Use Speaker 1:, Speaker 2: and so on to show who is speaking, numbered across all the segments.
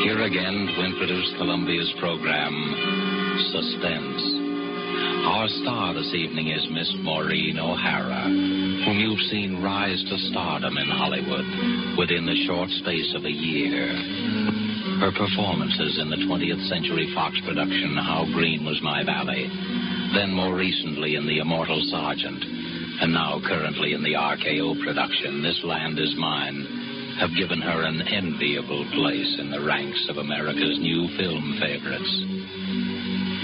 Speaker 1: Here again to introduce Columbia's program, Suspense. Our star this evening is Miss Maureen O'Hara, whom you've seen rise to stardom in Hollywood within the short space of a year. Her performances in the 20th Century Fox production, How Green Was My Valley, then more recently in The Immortal Sergeant, and now currently in the RKO production, This Land Is Mine, have given her an enviable place in the ranks of America's new film favorites.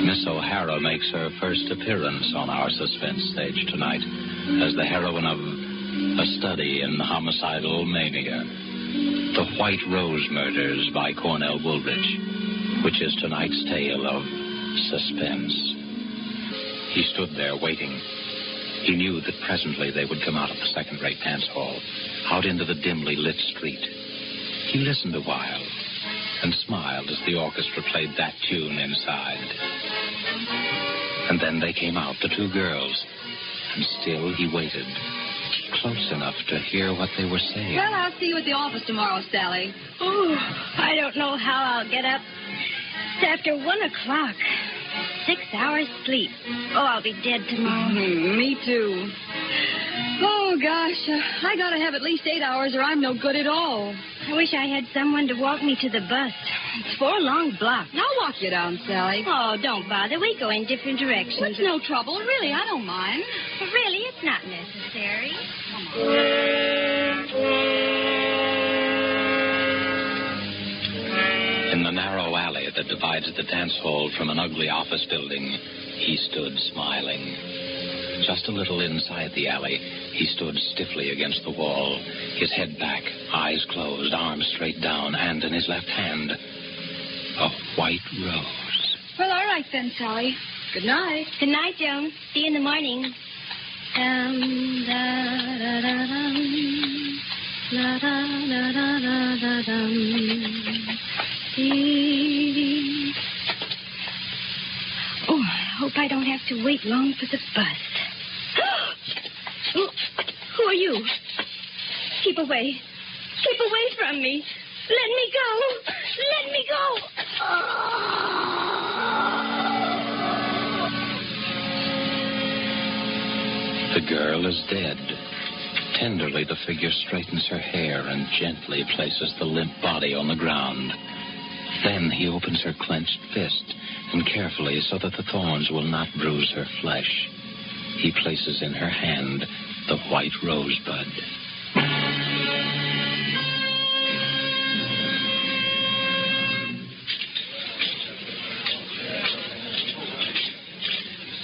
Speaker 1: Miss O'Hara makes her first appearance on our suspense stage tonight as the heroine of A Study in Homicidal Mania. The White Rose Murders by Cornell Woolridge, which is tonight's tale of suspense. He stood there waiting. He knew that presently they would come out of the second rate dance hall, out into the dimly lit street. He listened a while and smiled as the orchestra played that tune inside. And then they came out, the two girls, and still he waited, close enough to hear what they were saying.
Speaker 2: Well, I'll see you at the office tomorrow, Sally. Oh, I don't know how I'll get up. It's after one o'clock. Six hours sleep. Oh, I'll be dead tomorrow. Hmm, me too. Oh, gosh. uh, I gotta have at least eight hours or I'm no good at all. I wish I had someone to walk me to the bus. It's four long blocks. I'll walk you down, Sally.
Speaker 3: Oh, don't bother. We go in different directions.
Speaker 2: It's no trouble. Really, I don't mind.
Speaker 3: Really, it's not necessary.
Speaker 1: In the narrow alley that divides the dance hall from an ugly office building, he stood smiling. Just a little inside the alley, he stood stiffly against the wall, his head back, eyes closed, arms straight down, and in his left hand, a white rose.
Speaker 2: Well, all right then, Sally. Good night.
Speaker 3: Good night, Joan. See you in the morning. Dum, da, da, da, dum. La, da, da, da, da, da, dum. Dee, dee. Oh, I hope I don't have to wait long for the bus. Who- Who are you? Keep away. Keep away from me. Let me go. Let me go.
Speaker 1: The girl is dead. Tenderly, the figure straightens her hair and gently places the limp body on the ground. Then he opens her clenched fist and carefully, so that the thorns will not bruise her flesh, he places in her hand the white rosebud.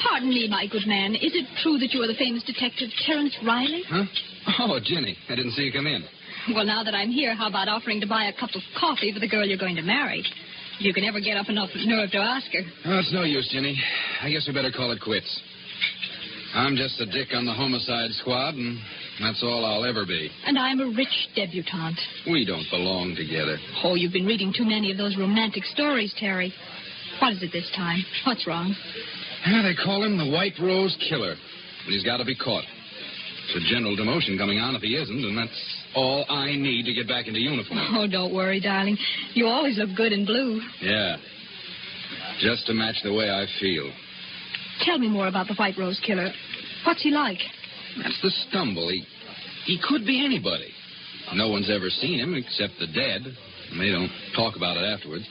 Speaker 2: Pardon me, my good man. Is it true that you are the famous detective Terence Riley?
Speaker 4: Huh? Oh, Jenny, I didn't see you come in.
Speaker 2: Well, now that I'm here, how about offering to buy a cup of coffee for the girl you're going to marry? If you can ever get up enough nerve to ask her.
Speaker 4: Oh, it's no use, Jenny. I guess we better call it quits. I'm just a dick on the homicide squad, and that's all I'll ever be.
Speaker 2: And I'm a rich debutante.
Speaker 4: We don't belong together.
Speaker 2: Oh, you've been reading too many of those romantic stories, Terry. What is it this time? What's wrong?
Speaker 4: Yeah, they call him the White Rose Killer, and he's got to be caught. It's a general demotion coming on if he isn't, and that's all I need to get back into uniform.
Speaker 2: Oh, don't worry, darling. You always look good in blue.
Speaker 4: Yeah. Just to match the way I feel.
Speaker 2: Tell me more about the White Rose Killer. What's he like?
Speaker 4: That's the stumble. He, he could be anybody. No one's ever seen him except the dead. And they don't talk about it afterwards.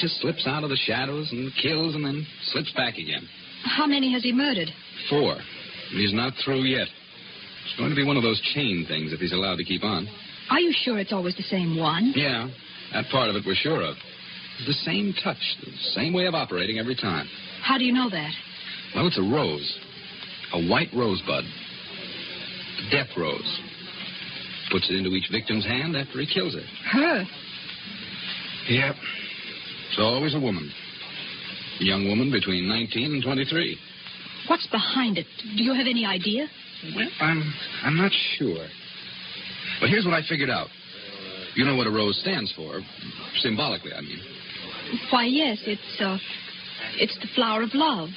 Speaker 4: Just slips out of the shadows and kills and then slips back again.
Speaker 2: How many has he murdered?
Speaker 4: Four. And he's not through yet. It's going to be one of those chain things if he's allowed to keep on.
Speaker 2: Are you sure it's always the same one?
Speaker 4: Yeah, that part of it we're sure of. It's the same touch, the same way of operating every time.
Speaker 2: How do you know that?
Speaker 4: Well, it's a rose. A white rosebud. A death rose. Puts it into each victim's hand after he kills her.
Speaker 2: Her.
Speaker 4: Yep. It's always a woman.
Speaker 1: Young woman between 19 and 23.
Speaker 2: What's behind it? Do you have any idea?
Speaker 1: Well, I'm, I'm not sure. But here's what I figured out. You know what a rose stands for, symbolically, I mean.
Speaker 2: Why, yes, it's uh, it's the flower of love.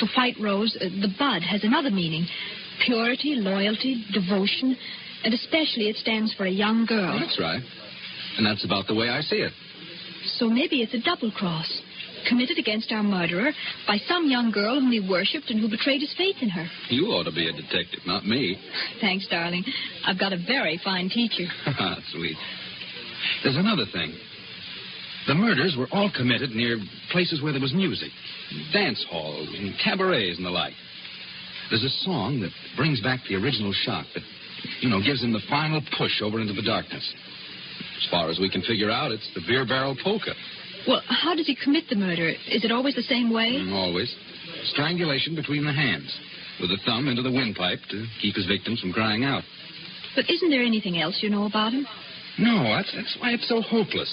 Speaker 2: The white rose, uh, the bud, has another meaning: purity, loyalty, devotion, and especially it stands for a young girl.
Speaker 1: That's right. And that's about the way I see it.
Speaker 2: So maybe it's a double cross committed against our murderer by some young girl whom he worshipped and who betrayed his faith in her.
Speaker 1: You ought to be a detective, not me.
Speaker 2: Thanks, darling. I've got a very fine teacher.
Speaker 1: Ah, Sweet. There's another thing. The murders were all committed near places where there was music, dance halls and cabarets and the like. There's a song that brings back the original shock that, you know, gives him the final push over into the darkness. As far as we can figure out, it's the beer barrel polka.
Speaker 2: Well, how does he commit the murder? Is it always the same way?
Speaker 1: Mm, Always. Strangulation between the hands, with the thumb into the windpipe to keep his victims from crying out.
Speaker 2: But isn't there anything else you know about him?
Speaker 1: No, that's, that's why it's so hopeless.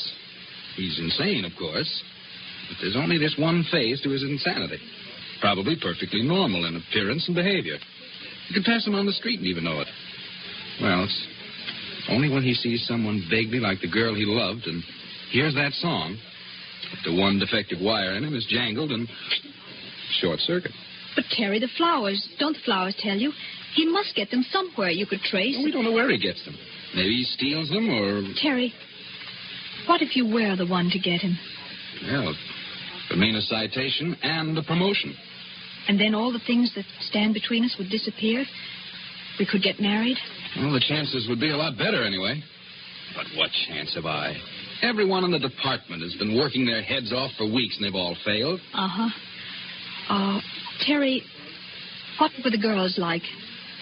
Speaker 1: He's insane, of course, but there's only this one phase to his insanity. Probably perfectly normal in appearance and behavior. You could pass him on the street and even know it. Well, it's only when he sees someone vaguely like the girl he loved and hears that song that the one defective wire in him is jangled and short circuit.
Speaker 2: But Terry, the flowers. Don't the flowers tell you? He must get them somewhere you could trace.
Speaker 1: We don't know where he gets them. Maybe he steals them or
Speaker 2: Terry, what if you were the one to get him?
Speaker 1: Well, it would mean a citation and a promotion.
Speaker 2: And then all the things that stand between us would disappear? We could get married?
Speaker 1: Well, the chances would be a lot better anyway. But what chance have I? Everyone in the department has been working their heads off for weeks and they've all failed.
Speaker 2: Uh-huh. Uh, Terry, what were the girls like?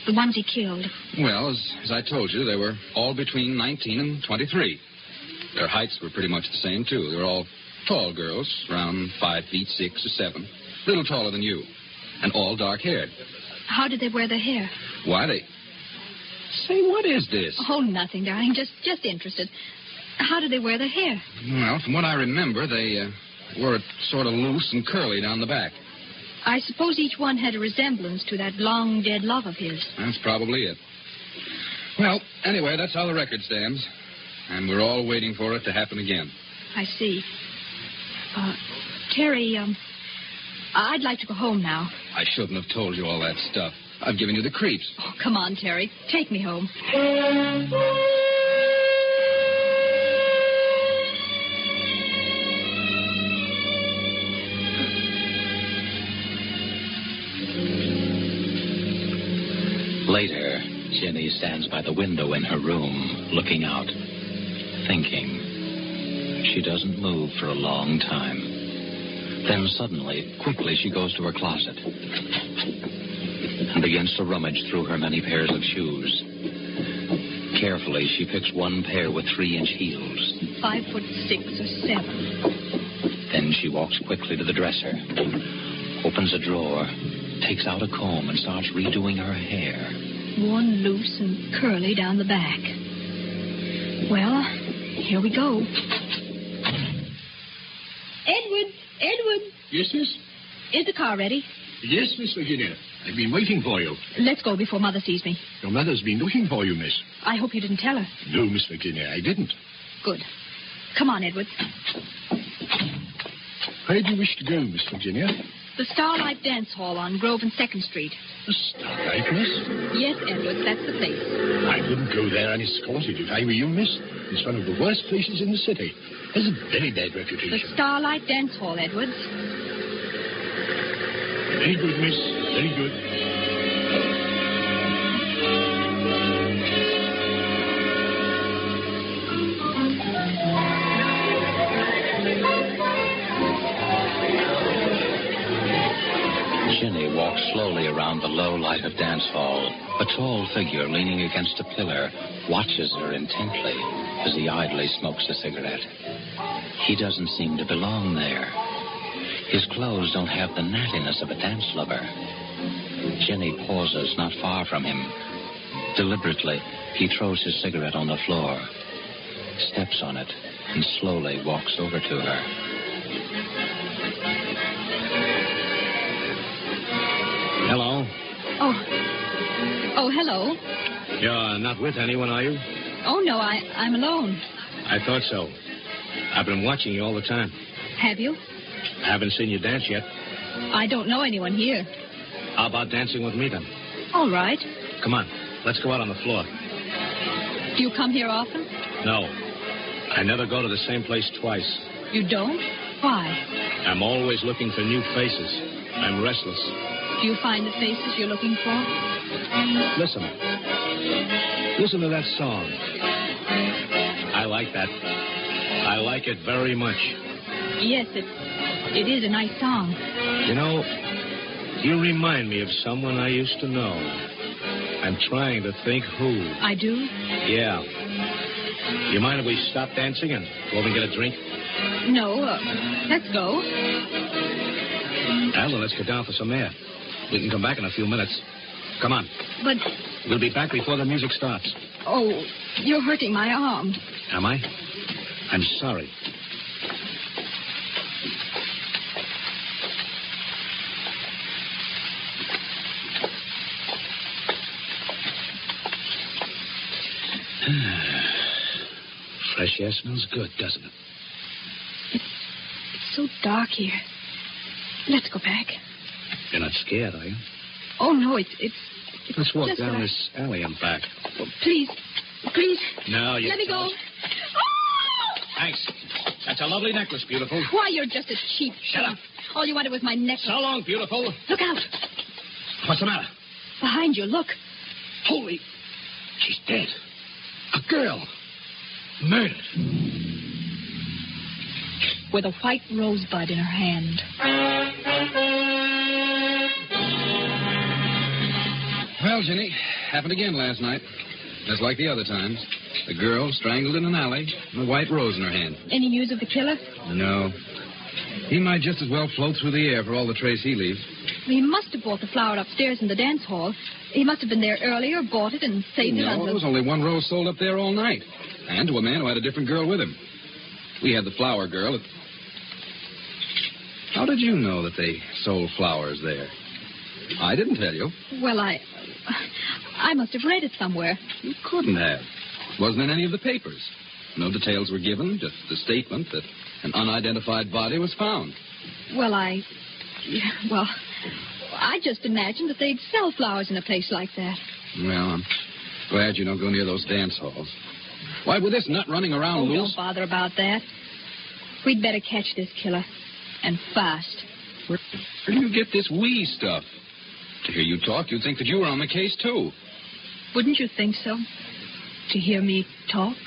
Speaker 2: The ones he killed?
Speaker 1: Well, as, as I told you, they were all between 19 and 23. Their heights were pretty much the same, too. They were all tall girls, around five feet six or seven, a little taller than you, and all dark haired.
Speaker 2: How did they wear their hair?
Speaker 1: Why they. Say, what is this?
Speaker 2: Oh, nothing, darling. Just, just interested. How did they wear their hair?
Speaker 1: Well, from what I remember, they uh, wore it sort of loose and curly down the back.
Speaker 2: I suppose each one had a resemblance to that long dead love of his.
Speaker 1: That's probably it. Well, anyway, that's how the record stands. And we're all waiting for it to happen again.
Speaker 2: I see. Uh, Terry, um, I'd like to go home now.
Speaker 1: I shouldn't have told you all that stuff. I've given you the creeps.
Speaker 2: Oh, come on, Terry. Take me home.
Speaker 5: Later, Jenny stands by the window in her room, looking out, thinking. She doesn't move for a long time. Then suddenly, quickly, she goes to her closet and begins to rummage through her many pairs of shoes. Carefully, she picks one pair with three inch heels.
Speaker 2: Five foot six or seven.
Speaker 5: Then she walks quickly to the dresser, opens a drawer, takes out a comb, and starts redoing her hair.
Speaker 2: One loose and curly down the back. Well, here we go. Edward, Edward,
Speaker 6: Yes, miss?
Speaker 2: is the car ready?
Speaker 6: Yes, Miss Virginia. I've been waiting for you.
Speaker 2: Let's go before Mother sees me.
Speaker 6: Your mother's been looking for you, miss.
Speaker 2: I hope you didn't tell her.
Speaker 6: No, Miss Virginia, I didn't.
Speaker 2: Good. Come on, Edward.
Speaker 6: Where do you wish to go, Miss Virginia?
Speaker 2: The Starlight Dance Hall on Grove and Second Street.
Speaker 6: The Starlight, miss?
Speaker 2: Yes, Edward, that's the place.
Speaker 6: I wouldn't go there unescorted if I were you, miss. It's one of the worst places in the city. Has a very bad
Speaker 2: The
Speaker 6: reputation.
Speaker 2: Starlight Dance Hall, Edward.
Speaker 6: Very good, miss. Very good.
Speaker 5: Ginny walks slowly around the low light of dance hall. A tall figure leaning against a pillar watches her intently as he idly smokes a cigarette. He doesn't seem to belong there. His clothes don't have the nattiness of a dance lover. Ginny pauses not far from him. Deliberately, he throws his cigarette on the floor, steps on it, and slowly walks over to her.
Speaker 7: Hello?
Speaker 2: Oh. Oh, hello.
Speaker 7: You're not with anyone, are you?
Speaker 2: Oh, no, I, I'm alone.
Speaker 7: I thought so. I've been watching you all the time.
Speaker 2: Have you?
Speaker 7: I haven't seen you dance yet.
Speaker 2: I don't know anyone here.
Speaker 7: How about dancing with me then?
Speaker 2: All right.
Speaker 7: Come on, let's go out on the floor.
Speaker 2: Do you come here often?
Speaker 7: No, I never go to the same place twice.
Speaker 2: You don't? Why?
Speaker 7: I'm always looking for new faces. I'm restless.
Speaker 2: Do you find the faces you're looking for?
Speaker 7: Listen. Listen to that song. I like that. I like it very much.
Speaker 2: Yes, it, it is a nice song.
Speaker 7: You know, you remind me of someone I used to know. I'm trying to think who.
Speaker 2: I do?
Speaker 7: Yeah. You mind if we stop dancing and go over and get a drink?
Speaker 2: No. Uh, let's go.
Speaker 7: Alan, let's get down for some air. We can come back in a few minutes. Come on.
Speaker 2: But,
Speaker 7: We'll be back before the music starts.
Speaker 2: oh, you're hurting my arm.
Speaker 7: Am I? I'm sorry. Fresh air smells good, doesn't it?
Speaker 2: It's so dark here. Let's go back.
Speaker 7: You're not scared, are you?
Speaker 2: Oh, no, it's. it's, it's
Speaker 7: Let's walk
Speaker 2: just
Speaker 7: down
Speaker 2: that I-
Speaker 7: this alley and back.
Speaker 2: Oh, please. Please.
Speaker 7: No, you
Speaker 2: Let me go. Oh!
Speaker 7: don't. Thanks. That's a lovely necklace, beautiful.
Speaker 2: Why, you're just a cheap.
Speaker 7: Shut up.
Speaker 2: All you wanted was my necklace.
Speaker 7: So long, beautiful.
Speaker 2: Look out.
Speaker 7: What's the matter?
Speaker 2: Behind you, look.
Speaker 7: Holy. She's dead. A girl. Murdered.
Speaker 2: With a white rosebud in her hand.
Speaker 4: Well, Jenny, happened again last night. Just like the other times. The girl strangled in an alley, and a white rose in her hand.
Speaker 2: Any news of the killer?
Speaker 4: No. He might just as well float through the air for all the trace he leaves.
Speaker 2: He must have bought the flower upstairs in the dance hall. He must have been there earlier, bought it, and saved it
Speaker 4: No,
Speaker 2: until.
Speaker 4: there was only one rose sold up there all night. And to a man who had a different girl with him. We had the flower girl. At... How did you know that they sold flowers there? I didn't tell you.
Speaker 2: Well, I. I must have read it somewhere.
Speaker 4: You couldn't have. Wasn't in any of the papers. No details were given, just the statement that an unidentified body was found.
Speaker 2: Well, I. yeah, Well, I just imagined that they'd sell flowers in a place like that.
Speaker 4: Well, I'm glad you don't go near those dance halls. Why, with this nut running around
Speaker 2: oh,
Speaker 4: loose.
Speaker 2: don't bother about that. We'd better catch this killer. And fast.
Speaker 4: Where, where do you get this wee stuff? To hear you talk, you'd think that you were on the case, too.
Speaker 2: Wouldn't you think so? To hear me talk?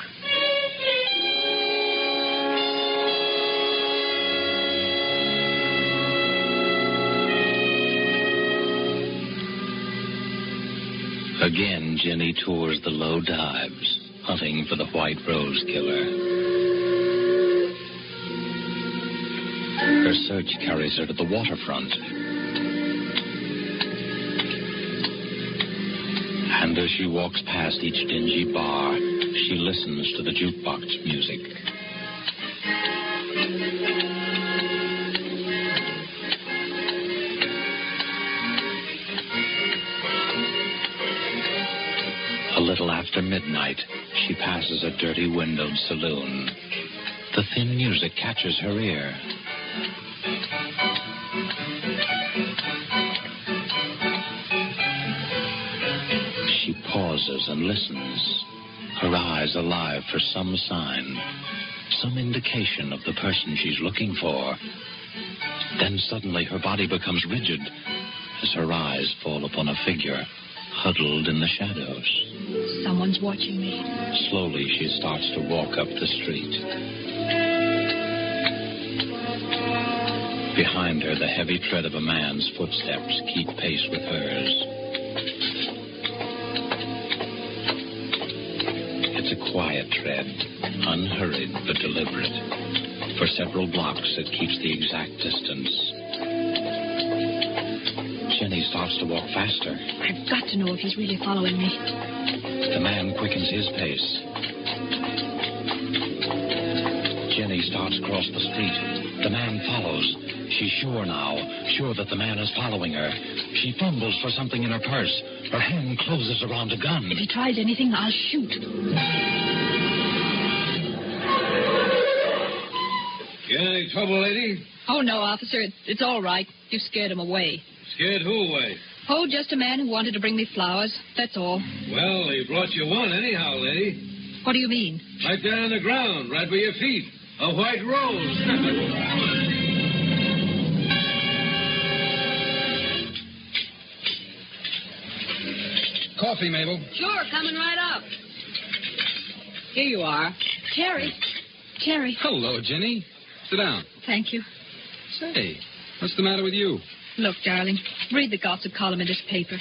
Speaker 1: Again, Jenny tours the low dives, hunting for the white rose killer. Her search carries her to the waterfront. And as she walks past each dingy bar, she listens to the jukebox music. A little after midnight, she passes a dirty windowed saloon. The thin music catches her ear. She pauses and listens, her eyes alive for some sign, some indication of the person she's looking for. Then suddenly her body becomes rigid as her eyes fall upon a figure huddled in the shadows.
Speaker 2: Someone's watching me.
Speaker 1: Slowly, she starts to walk up the street. Behind her, the heavy tread of a man's footsteps keep pace with hers. It's a quiet tread, unhurried but deliberate. For several blocks, it keeps the exact distance. Jenny starts to walk faster.
Speaker 2: I've got to know if he's really following me.
Speaker 1: The man quickens his pace. Jenny
Speaker 8: He starts across the street. The man follows. She's sure now, sure that the man is following her. She fumbles for something in her purse. Her hand closes around a gun.
Speaker 2: If he tries anything, I'll shoot.
Speaker 9: You in any trouble, lady?
Speaker 2: Oh, no, officer. It, it's all right. You scared him away.
Speaker 9: Scared who away?
Speaker 2: Oh, just a man who wanted to bring me flowers. That's all.
Speaker 9: Well, he brought you one anyhow, lady.
Speaker 2: What do you mean?
Speaker 9: Right there on the ground, right by your feet. A white rose.
Speaker 1: Coffee, Mabel.
Speaker 10: Sure, coming right up.
Speaker 2: Here you are.
Speaker 10: Terry.
Speaker 2: Terry.
Speaker 1: Hello, Jenny. Sit down.
Speaker 2: Thank you.
Speaker 1: Say, what's the matter with you?
Speaker 2: Look, darling, read the gossip column in this paper.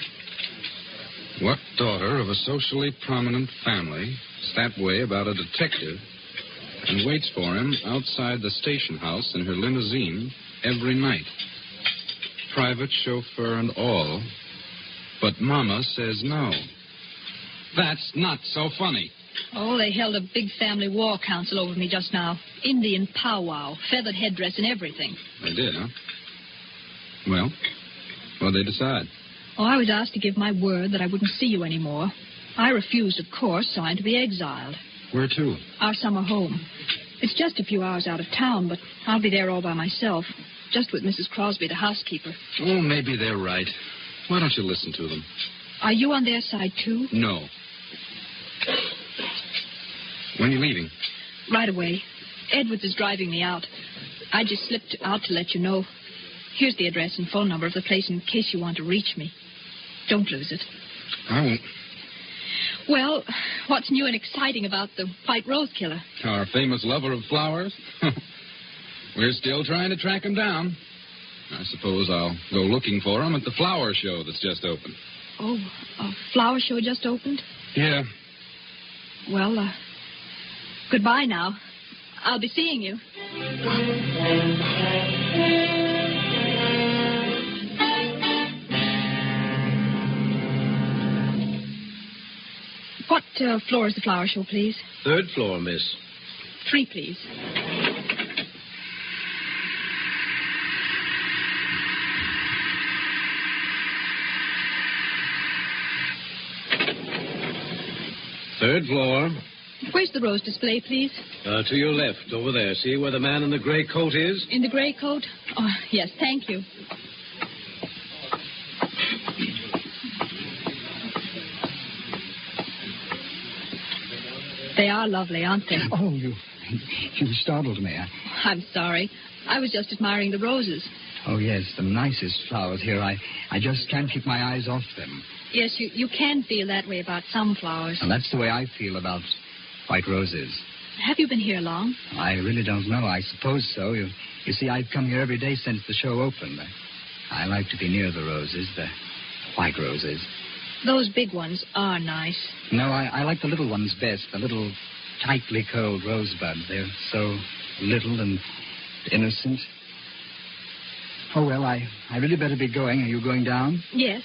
Speaker 1: What daughter of a socially prominent family is that way about a detective and waits for him outside the station house in her limousine every night? Private chauffeur and all. But Mama says no. That's not so funny.
Speaker 2: Oh, they held a big family war council over me just now. Indian powwow, feathered headdress, and everything.
Speaker 1: They did, huh? Well, what'd they decide?
Speaker 2: Oh, I was asked to give my word that I wouldn't see you anymore. I refused, of course, so I'm to be exiled.
Speaker 1: Where to?
Speaker 2: Our summer home. It's just a few hours out of town, but I'll be there all by myself, just with Mrs. Crosby, the housekeeper.
Speaker 1: Oh, maybe they're right. Why don't you listen to them?
Speaker 2: Are you on their side, too?
Speaker 1: No. When are you leaving?
Speaker 2: Right away. Edwards is driving me out. I just slipped out to let you know. Here's the address and phone number of the place in case you want to reach me. Don't lose it.
Speaker 1: I won't.
Speaker 2: Well, what's new and exciting about the White Rose Killer?
Speaker 1: Our famous lover of flowers? We're still trying to track him down. I suppose I'll go looking for him at the flower show that's just opened.
Speaker 2: Oh, a flower show just opened?
Speaker 1: Yeah.
Speaker 2: Well, uh, goodbye now. I'll be seeing you. What uh, floor is the flower show, please?
Speaker 11: Third floor, miss.
Speaker 2: Three, please.
Speaker 11: Third floor.
Speaker 2: Where's the rose display, please?
Speaker 11: Uh, to your left, over there. See where the man in the gray coat is?
Speaker 2: In the gray coat? Oh, yes, thank you. They are lovely, aren't they?
Speaker 12: Oh, you, you startled me. I-
Speaker 2: I'm sorry. I was just admiring the roses.
Speaker 12: Oh, yes, the nicest flowers here. I, I just can't keep my eyes off them.
Speaker 2: Yes, you, you can feel that way about some flowers.
Speaker 12: And that's the way I feel about white roses.
Speaker 2: Have you been here long?
Speaker 12: I really don't know. I suppose so. You, you see, I've come here every day since the show opened. I, I like to be near the roses, the white roses.
Speaker 2: Those big ones are nice.
Speaker 12: No, I, I like the little ones best, the little tightly curled rosebuds. They're so little and innocent. Oh, well, I, I really better be going. Are you going down?
Speaker 2: Yes.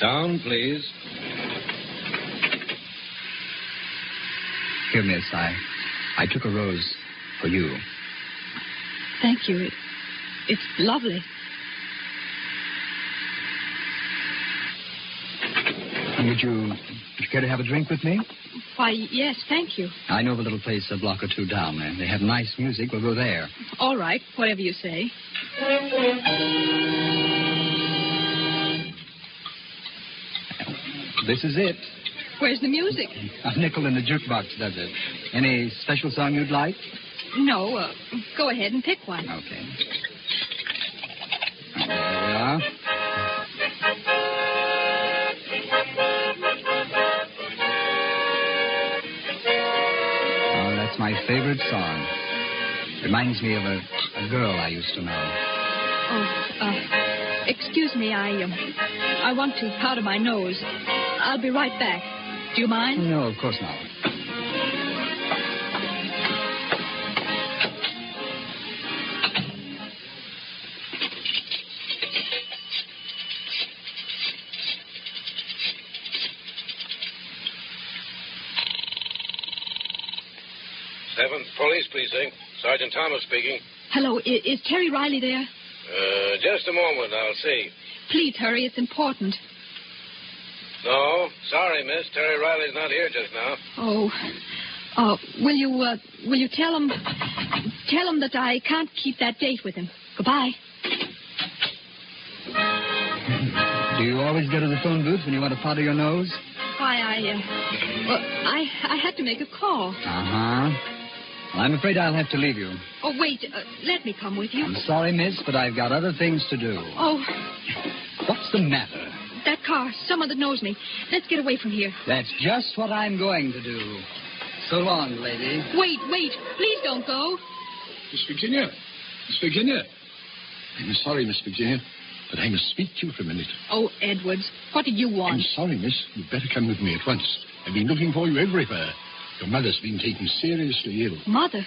Speaker 11: Down, please.
Speaker 12: Here, miss, I, I took a rose for you.
Speaker 2: Thank you. It, it's lovely.
Speaker 12: Would you, would you care to have a drink with me?
Speaker 2: Why, yes, thank you.
Speaker 12: I know of a little place a block or two down there. They have nice music. We'll go there.
Speaker 2: All right, whatever you say.
Speaker 12: This is it.
Speaker 2: Where's the music?
Speaker 12: A nickel in the jukebox does it. Any special song you'd like?
Speaker 2: No, uh, go ahead and pick one.
Speaker 12: Okay. There we are. Oh, that's my favorite song. Reminds me of a, a girl I used to know.
Speaker 2: Oh, uh, excuse me, I, um, I want to powder my nose. I'll be right back. Do you mind?
Speaker 12: No, of course not.
Speaker 9: 7th Police Precinct. Sergeant Thomas speaking.
Speaker 2: Hello, i- is Terry Riley there?
Speaker 9: Uh, just a moment, I'll see.
Speaker 2: Please hurry, it's important.
Speaker 9: No, sorry, miss. Terry Riley's not here just now.
Speaker 2: Oh, uh, will you uh, will you tell him tell him that I can't keep that date with him? Goodbye.
Speaker 13: Do you always go to the phone booth when you want to powder your nose?
Speaker 2: Why I uh, well, I I had to make a call.
Speaker 13: Uh huh. Well, I'm afraid I'll have to leave you.
Speaker 2: Oh wait, uh, let me come with you.
Speaker 13: I'm sorry, miss, but I've got other things to do.
Speaker 2: Oh,
Speaker 13: What's the matter?
Speaker 2: that car, someone that knows me. Let's get away from here.
Speaker 13: That's just what I'm going to do. So long, lady.
Speaker 2: Wait, wait, please don't go.
Speaker 14: Miss Virginia. Miss Virginia. I'm sorry, Miss Virginia, but I must speak to you for a minute.
Speaker 2: Oh, Edwards, what did you want?
Speaker 14: I'm sorry, miss. You'd better come with me at once. I've been looking for you everywhere. Your mother's been taken seriously ill.
Speaker 2: Mother,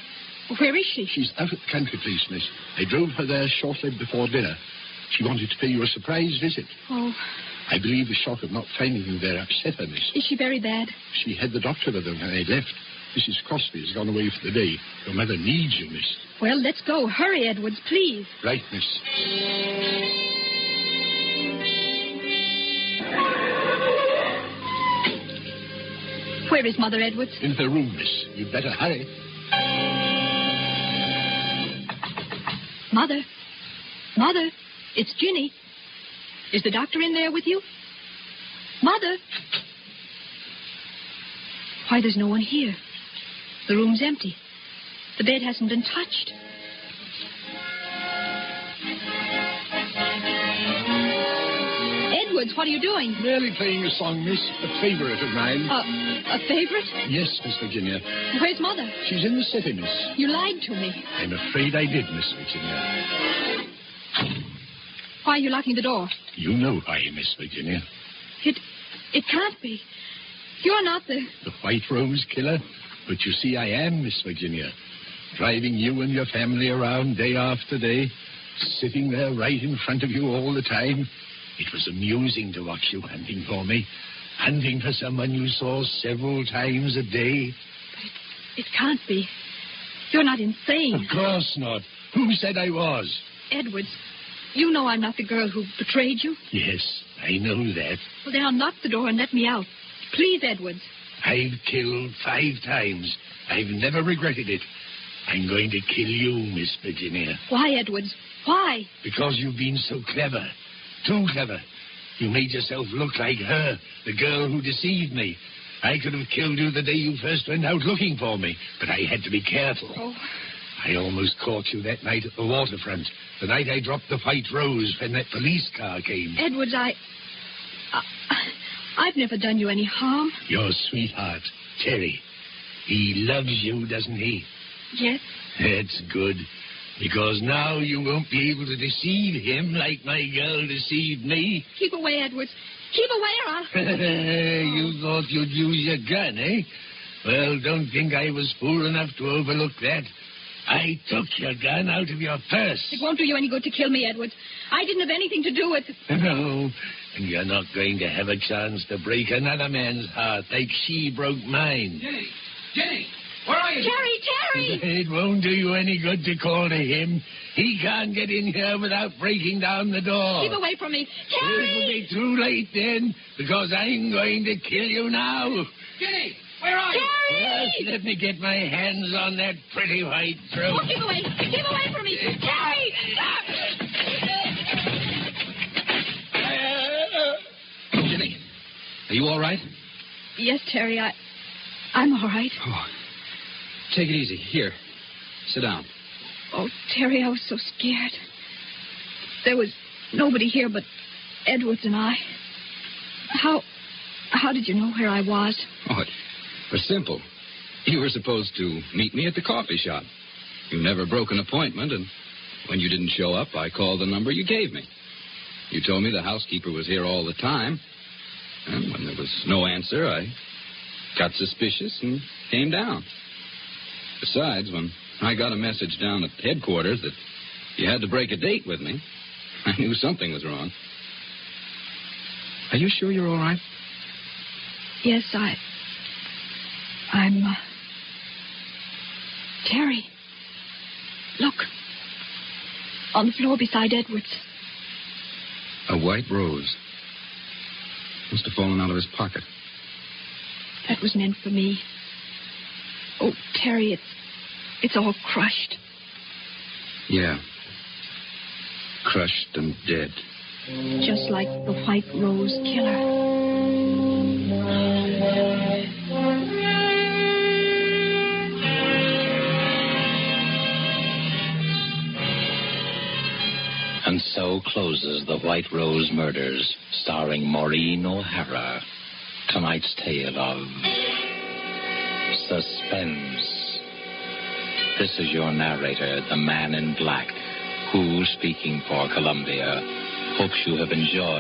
Speaker 2: where is she?
Speaker 14: She's out at the country place, miss. I drove her there shortly before dinner. She wanted to pay you a surprise visit.
Speaker 2: Oh,
Speaker 14: I believe the shock of not finding you there upset her, miss.
Speaker 2: is she very bad?
Speaker 14: She had the doctor with her when I left. Mrs. Crosby has gone away for the day. Your mother needs you, miss.
Speaker 2: Well, let's go. Hurry, Edwards, please.
Speaker 14: Right, miss.
Speaker 2: Where is Mother Edwards?
Speaker 14: In her room, miss. You'd better hurry.
Speaker 2: Mother, Mother, it's Ginny. Is the doctor in there with you? Mother! Why, there's no one here. The room's empty. The bed hasn't been touched. Edwards, what are you doing?
Speaker 14: Merely playing a song, miss. A favorite of mine.
Speaker 2: Uh, a favorite?
Speaker 14: Yes, Miss Virginia.
Speaker 2: Where's Mother?
Speaker 14: She's in the city, miss.
Speaker 2: You lied to me.
Speaker 14: I'm afraid I did, Miss Virginia.
Speaker 2: Why are you locking the door?
Speaker 14: You know why, Miss Virginia.
Speaker 2: It, it can't be. You're not the.
Speaker 14: The White Rose killer. But you see, I am, Miss Virginia. Driving you and your family around day after day, sitting there right in front of you all the time. It was amusing to watch you hunting for me, hunting for someone you saw several times a day.
Speaker 2: It can't be. You're not
Speaker 14: Of
Speaker 2: insane.
Speaker 14: course not. Who said I was?
Speaker 2: Edwards, you know I'm not the girl who betrayed you.
Speaker 14: Yes, I know that.
Speaker 2: Well, then unlock the door and let me out. Please, Edwards.
Speaker 14: I've killed five times. I've never regretted it. I'm going to kill you, Miss Virginia,
Speaker 2: Why, Edwards? Why?
Speaker 14: because you've been so clever. Too clever. You made yourself look like her, the girl who deceived me. I could have killed you the day you first went out looking for me, but I had to be careful.
Speaker 2: Oh,
Speaker 14: I almost caught you that night at the waterfront, the night I dropped the white rose when that police car came.
Speaker 2: Edwards, I. I- I've never done you any harm.
Speaker 14: Your sweetheart, Terry. He loves you, doesn't he?
Speaker 2: Yes?
Speaker 14: That's good. Because now you won't be able to deceive him like my girl deceived me.
Speaker 2: Keep away, Edwards. Keep away or I'll.
Speaker 14: you thought you'd use your gun, eh? Well, don't think I was fool enough to overlook that. I took your gun out of your purse.
Speaker 2: It won't do you any good to kill me, Edwards. I didn't have anything to do with.
Speaker 14: No, and you're not going to have a chance to break another man's heart like she broke mine.
Speaker 15: Jenny! Jenny! Where are you?
Speaker 2: Terry, Terry!
Speaker 14: It won't do you any good to call to him. He can't get in here without breaking down the door.
Speaker 2: Keep away from me.
Speaker 14: It will
Speaker 2: Terry!
Speaker 14: be too late then, because I'm going to kill you now.
Speaker 15: Jenny! Where are you?
Speaker 2: Terry!
Speaker 14: Just let me get my hands on that pretty white
Speaker 2: Oh,
Speaker 14: throat.
Speaker 2: keep away. Keep away from me. Terry! Stop!
Speaker 1: Jenny, are you all right?
Speaker 2: Yes, Terry, I. I'm all right.
Speaker 1: Oh, take it easy. Here, sit down.
Speaker 2: Oh, Terry, I was so scared. There was nobody here but Edwards and I. How how did you know where I was?
Speaker 1: Oh, it was simple. You were supposed to meet me at the coffee shop. You never broke an appointment, and when you didn't show up, I called the number you gave me. You told me the housekeeper was here all the time. And when there was no answer, I got suspicious and came down. Besides, when I got a message down at headquarters that you had to break a date with me, I knew something was wrong. Are you sure you're all right?
Speaker 2: Yes, I I'm uh, Terry. Look. On the floor beside Edwards.
Speaker 14: A white rose. Must have fallen out of his pocket.
Speaker 2: That was meant for me. Oh, Terry, it's it's all crushed.
Speaker 14: Yeah. Crushed and dead.
Speaker 2: Just like the white rose killer.
Speaker 1: And so closes The White Rose Murders, starring Maureen O'Hara. Tonight's tale of suspense. This is your narrator, the man in black, who, speaking for Columbia, hopes you have enjoyed.